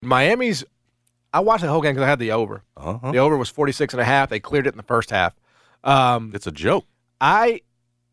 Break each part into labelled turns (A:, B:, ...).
A: Miami's. I watched the whole game because I had the over.
B: Uh-huh.
A: The over was 46 and a half. They cleared it in the first half. Um,
B: It's a joke.
A: I,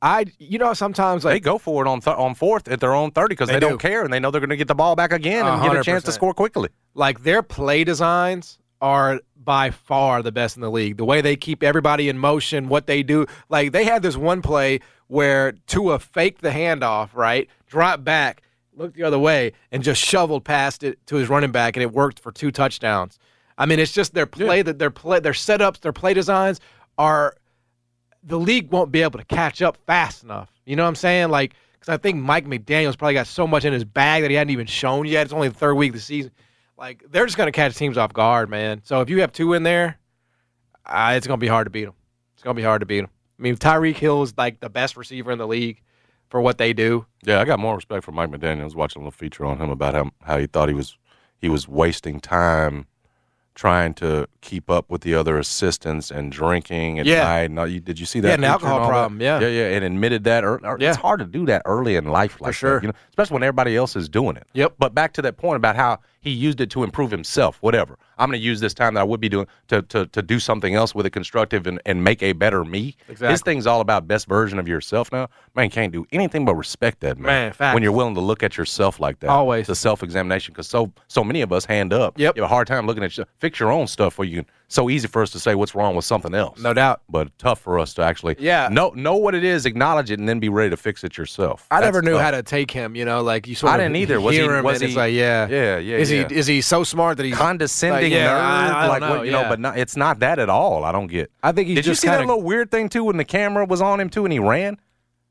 A: I, you know, sometimes
B: they
A: like
B: go for it on th- on fourth at their own thirty because
A: They
B: they, do.
A: do.
B: not care and they know they're going to get the ball back again and get a chance to
A: 100%.
B: score quickly.
A: like their play designs are by far the best in the league. The way they keep everybody in motion, what they do, like they had this one play where Tua faked the handoff, right, dropped back, looked the other way, and just shoveled past it to his running back, and it worked for two touchdowns. I mean, it's just their play that their play, their setups, their play designs are the league won't be able to catch up fast enough. You know what I'm saying? Like, because I think Mike McDaniel's probably got so much in his bag that he hadn't even shown yet. It's only the third week of the season. Like, they're just going to catch teams off guard, man. So if you have two in there, uh, it's going to be hard to beat them. It's going to be hard to beat them. I mean, Tyreek Hill is like the best receiver in the league for what they do.
B: Yeah, I got more respect for Mike McDaniel. I was watching a little feature on him about how how he thought he was he was wasting time trying to keep up with the other assistants and drinking at
A: Yeah.
B: night. And all- you, did you see that?
A: He had an
B: feature
A: alcohol
B: and all that?
A: problem, yeah.
B: yeah, yeah, and admitted that. ear- ear-
A: Yeah.
B: It's hard to do that early in life, like that,
A: sure.
B: you know, especially when everybody else is doing it.
A: Yep.
B: But back to that point about how he used it to improve himself. Whatever, I'm going to use this time that I would be doing to to, to do something else with it constructive and, and make a better me.
A: Exactly.
B: His thing's all about best version of yourself. Now, man, can't do anything but respect that man.
A: Man, facts.
B: When you're willing to look at yourself like that,
A: Always.
B: the self examination, because so so many of us hand up.
A: Yep.
B: you have a hard time looking at your, fix your own stuff, or you can. So easy for us to say what's wrong with something else.
A: No doubt.
B: But tough for us to actually
A: Yeah.
B: know know what it is, acknowledge it, and then be ready to fix it yourself.
A: I never
B: That's
A: knew
B: tough.
A: how to take him, you know, like you sort
B: I
A: of
B: didn't either. Was he?
A: hear him
B: was
A: and
B: he?
A: it's like, yeah.
B: yeah, yeah.
A: Is
B: yeah.
A: he is he so smart that he's
B: condescending
A: Like, yeah,
B: nerd?
A: I- I don't
B: like
A: know,
B: what you
A: yeah.
B: know? But not, it's not that at all. I don't get.
A: I think he's
B: Did
A: just
B: you see that
A: kinda-
B: little weird thing too when the camera was on him too and he ran?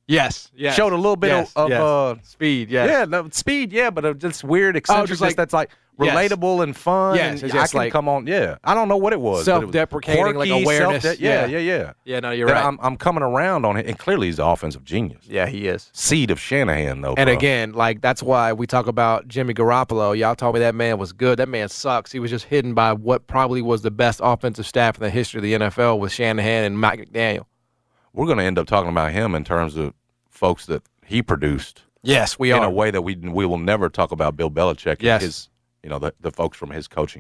A: Yes. yes
B: Showed a little bit
A: yes,
B: of,
A: yes.
B: of uh,
A: speed. Yes. Oh,
B: Yeah, no, speed, yeah, but uh, just weird eccentricness
A: like-
B: that's like
A: Yes.
B: relatable and fun.
A: Yes,
B: and
A: it's
B: I
A: just
B: can
A: like-
B: come on. Yeah, I don't know what it was. but it was
A: Self-deprecating, like,
B: quirky,
A: awareness.
B: self-de- yeah,
A: Yeah.
B: yeah, yeah.
A: Yeah, no, you're
B: That
A: right.
B: I'm, I'm coming around on it, and clearly he's an offensive genius.
A: yeah, he is.
B: Seed of Shanahan, though.
A: And
B: bro.
A: again, like that's why we talk about Jimmy Garoppolo. Y'all told me that man was good. That man sucks. He was just hidden by what probably was the best offensive staff in the history of the NFL with Shanahan and Mike McDaniel.
B: we're going to end up talking about him in terms of folks that he produced
A: Yes, we
B: in
A: are.
B: a way that we we will never talk about Bill Belichick. and
A: Yes.
B: his, you know, the, the folks from his coaching.